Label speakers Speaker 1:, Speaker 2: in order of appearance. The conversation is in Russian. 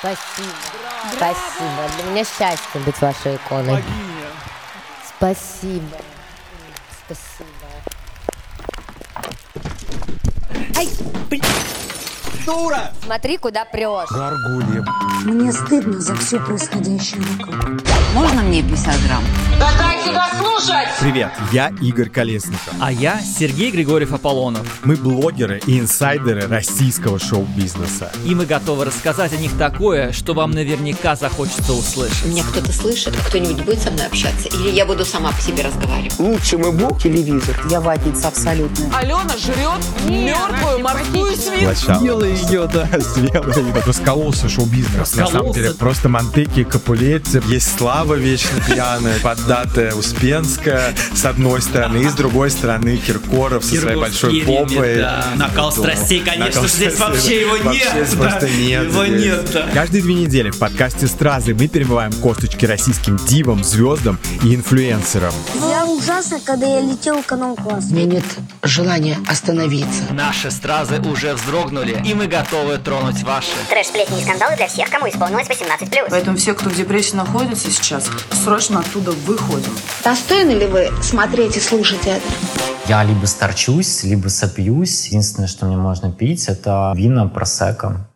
Speaker 1: Спасибо. Спасибо. Для меня счастье быть вашей иконой.
Speaker 2: Богиня.
Speaker 1: Спасибо. Спасибо. Ай,
Speaker 2: Дура!
Speaker 1: смотри, куда прешь.
Speaker 3: Гаргулья.
Speaker 4: Мне стыдно за все происходящее вокруг.
Speaker 5: Можно мне 50 грамм?
Speaker 3: Привет, я Игорь Колесников.
Speaker 6: А я Сергей Григорьев Аполлонов.
Speaker 3: Мы блогеры и инсайдеры российского шоу-бизнеса.
Speaker 6: И мы готовы рассказать о них такое, что вам наверняка захочется услышать.
Speaker 5: Меня кто-то слышит, кто-нибудь будет со мной общаться? Или я буду сама по себе разговаривать?
Speaker 4: Я ватница абсолютная.
Speaker 7: Алена жрет мертвую морскую свинку.
Speaker 3: Белый йода. Раскололся шоу-бизнес.
Speaker 6: Раскололся.
Speaker 3: На самом деле, просто Монтеки, Капулетти. Есть слава вечно пьяная, поддатая Успенская с одной стороны, и с другой стороны Киркоров со своей
Speaker 6: Киркоров с
Speaker 3: большой
Speaker 6: перьями,
Speaker 3: попой.
Speaker 6: да. Накал страстей, конечно,
Speaker 3: Накал
Speaker 6: здесь
Speaker 3: страстей.
Speaker 6: вообще его
Speaker 3: Вообще
Speaker 6: нет, да.
Speaker 3: просто нет.
Speaker 6: Его
Speaker 3: здесь.
Speaker 6: нет, да.
Speaker 3: Каждые две недели в подкасте «Стразы» мы перемываем косточки российским дивам, звездам и инфлюенсерам.
Speaker 4: Я ужасно, когда я летел в канал-класс.
Speaker 5: У меня нет желания остановиться.
Speaker 6: Наши стразы уже вздрогнули, и мы готовы тронуть ваши.
Speaker 8: Трэш, сплетни и скандалы для всех, кому исполнилось 18+.
Speaker 7: Поэтому все, кто в депрессии находится сейчас, срочно оттуда выходим.
Speaker 4: Достойны ли вы смотреть и слушать это?
Speaker 9: Я либо старчусь, либо сопьюсь. Единственное, что мне можно пить, это вина просека.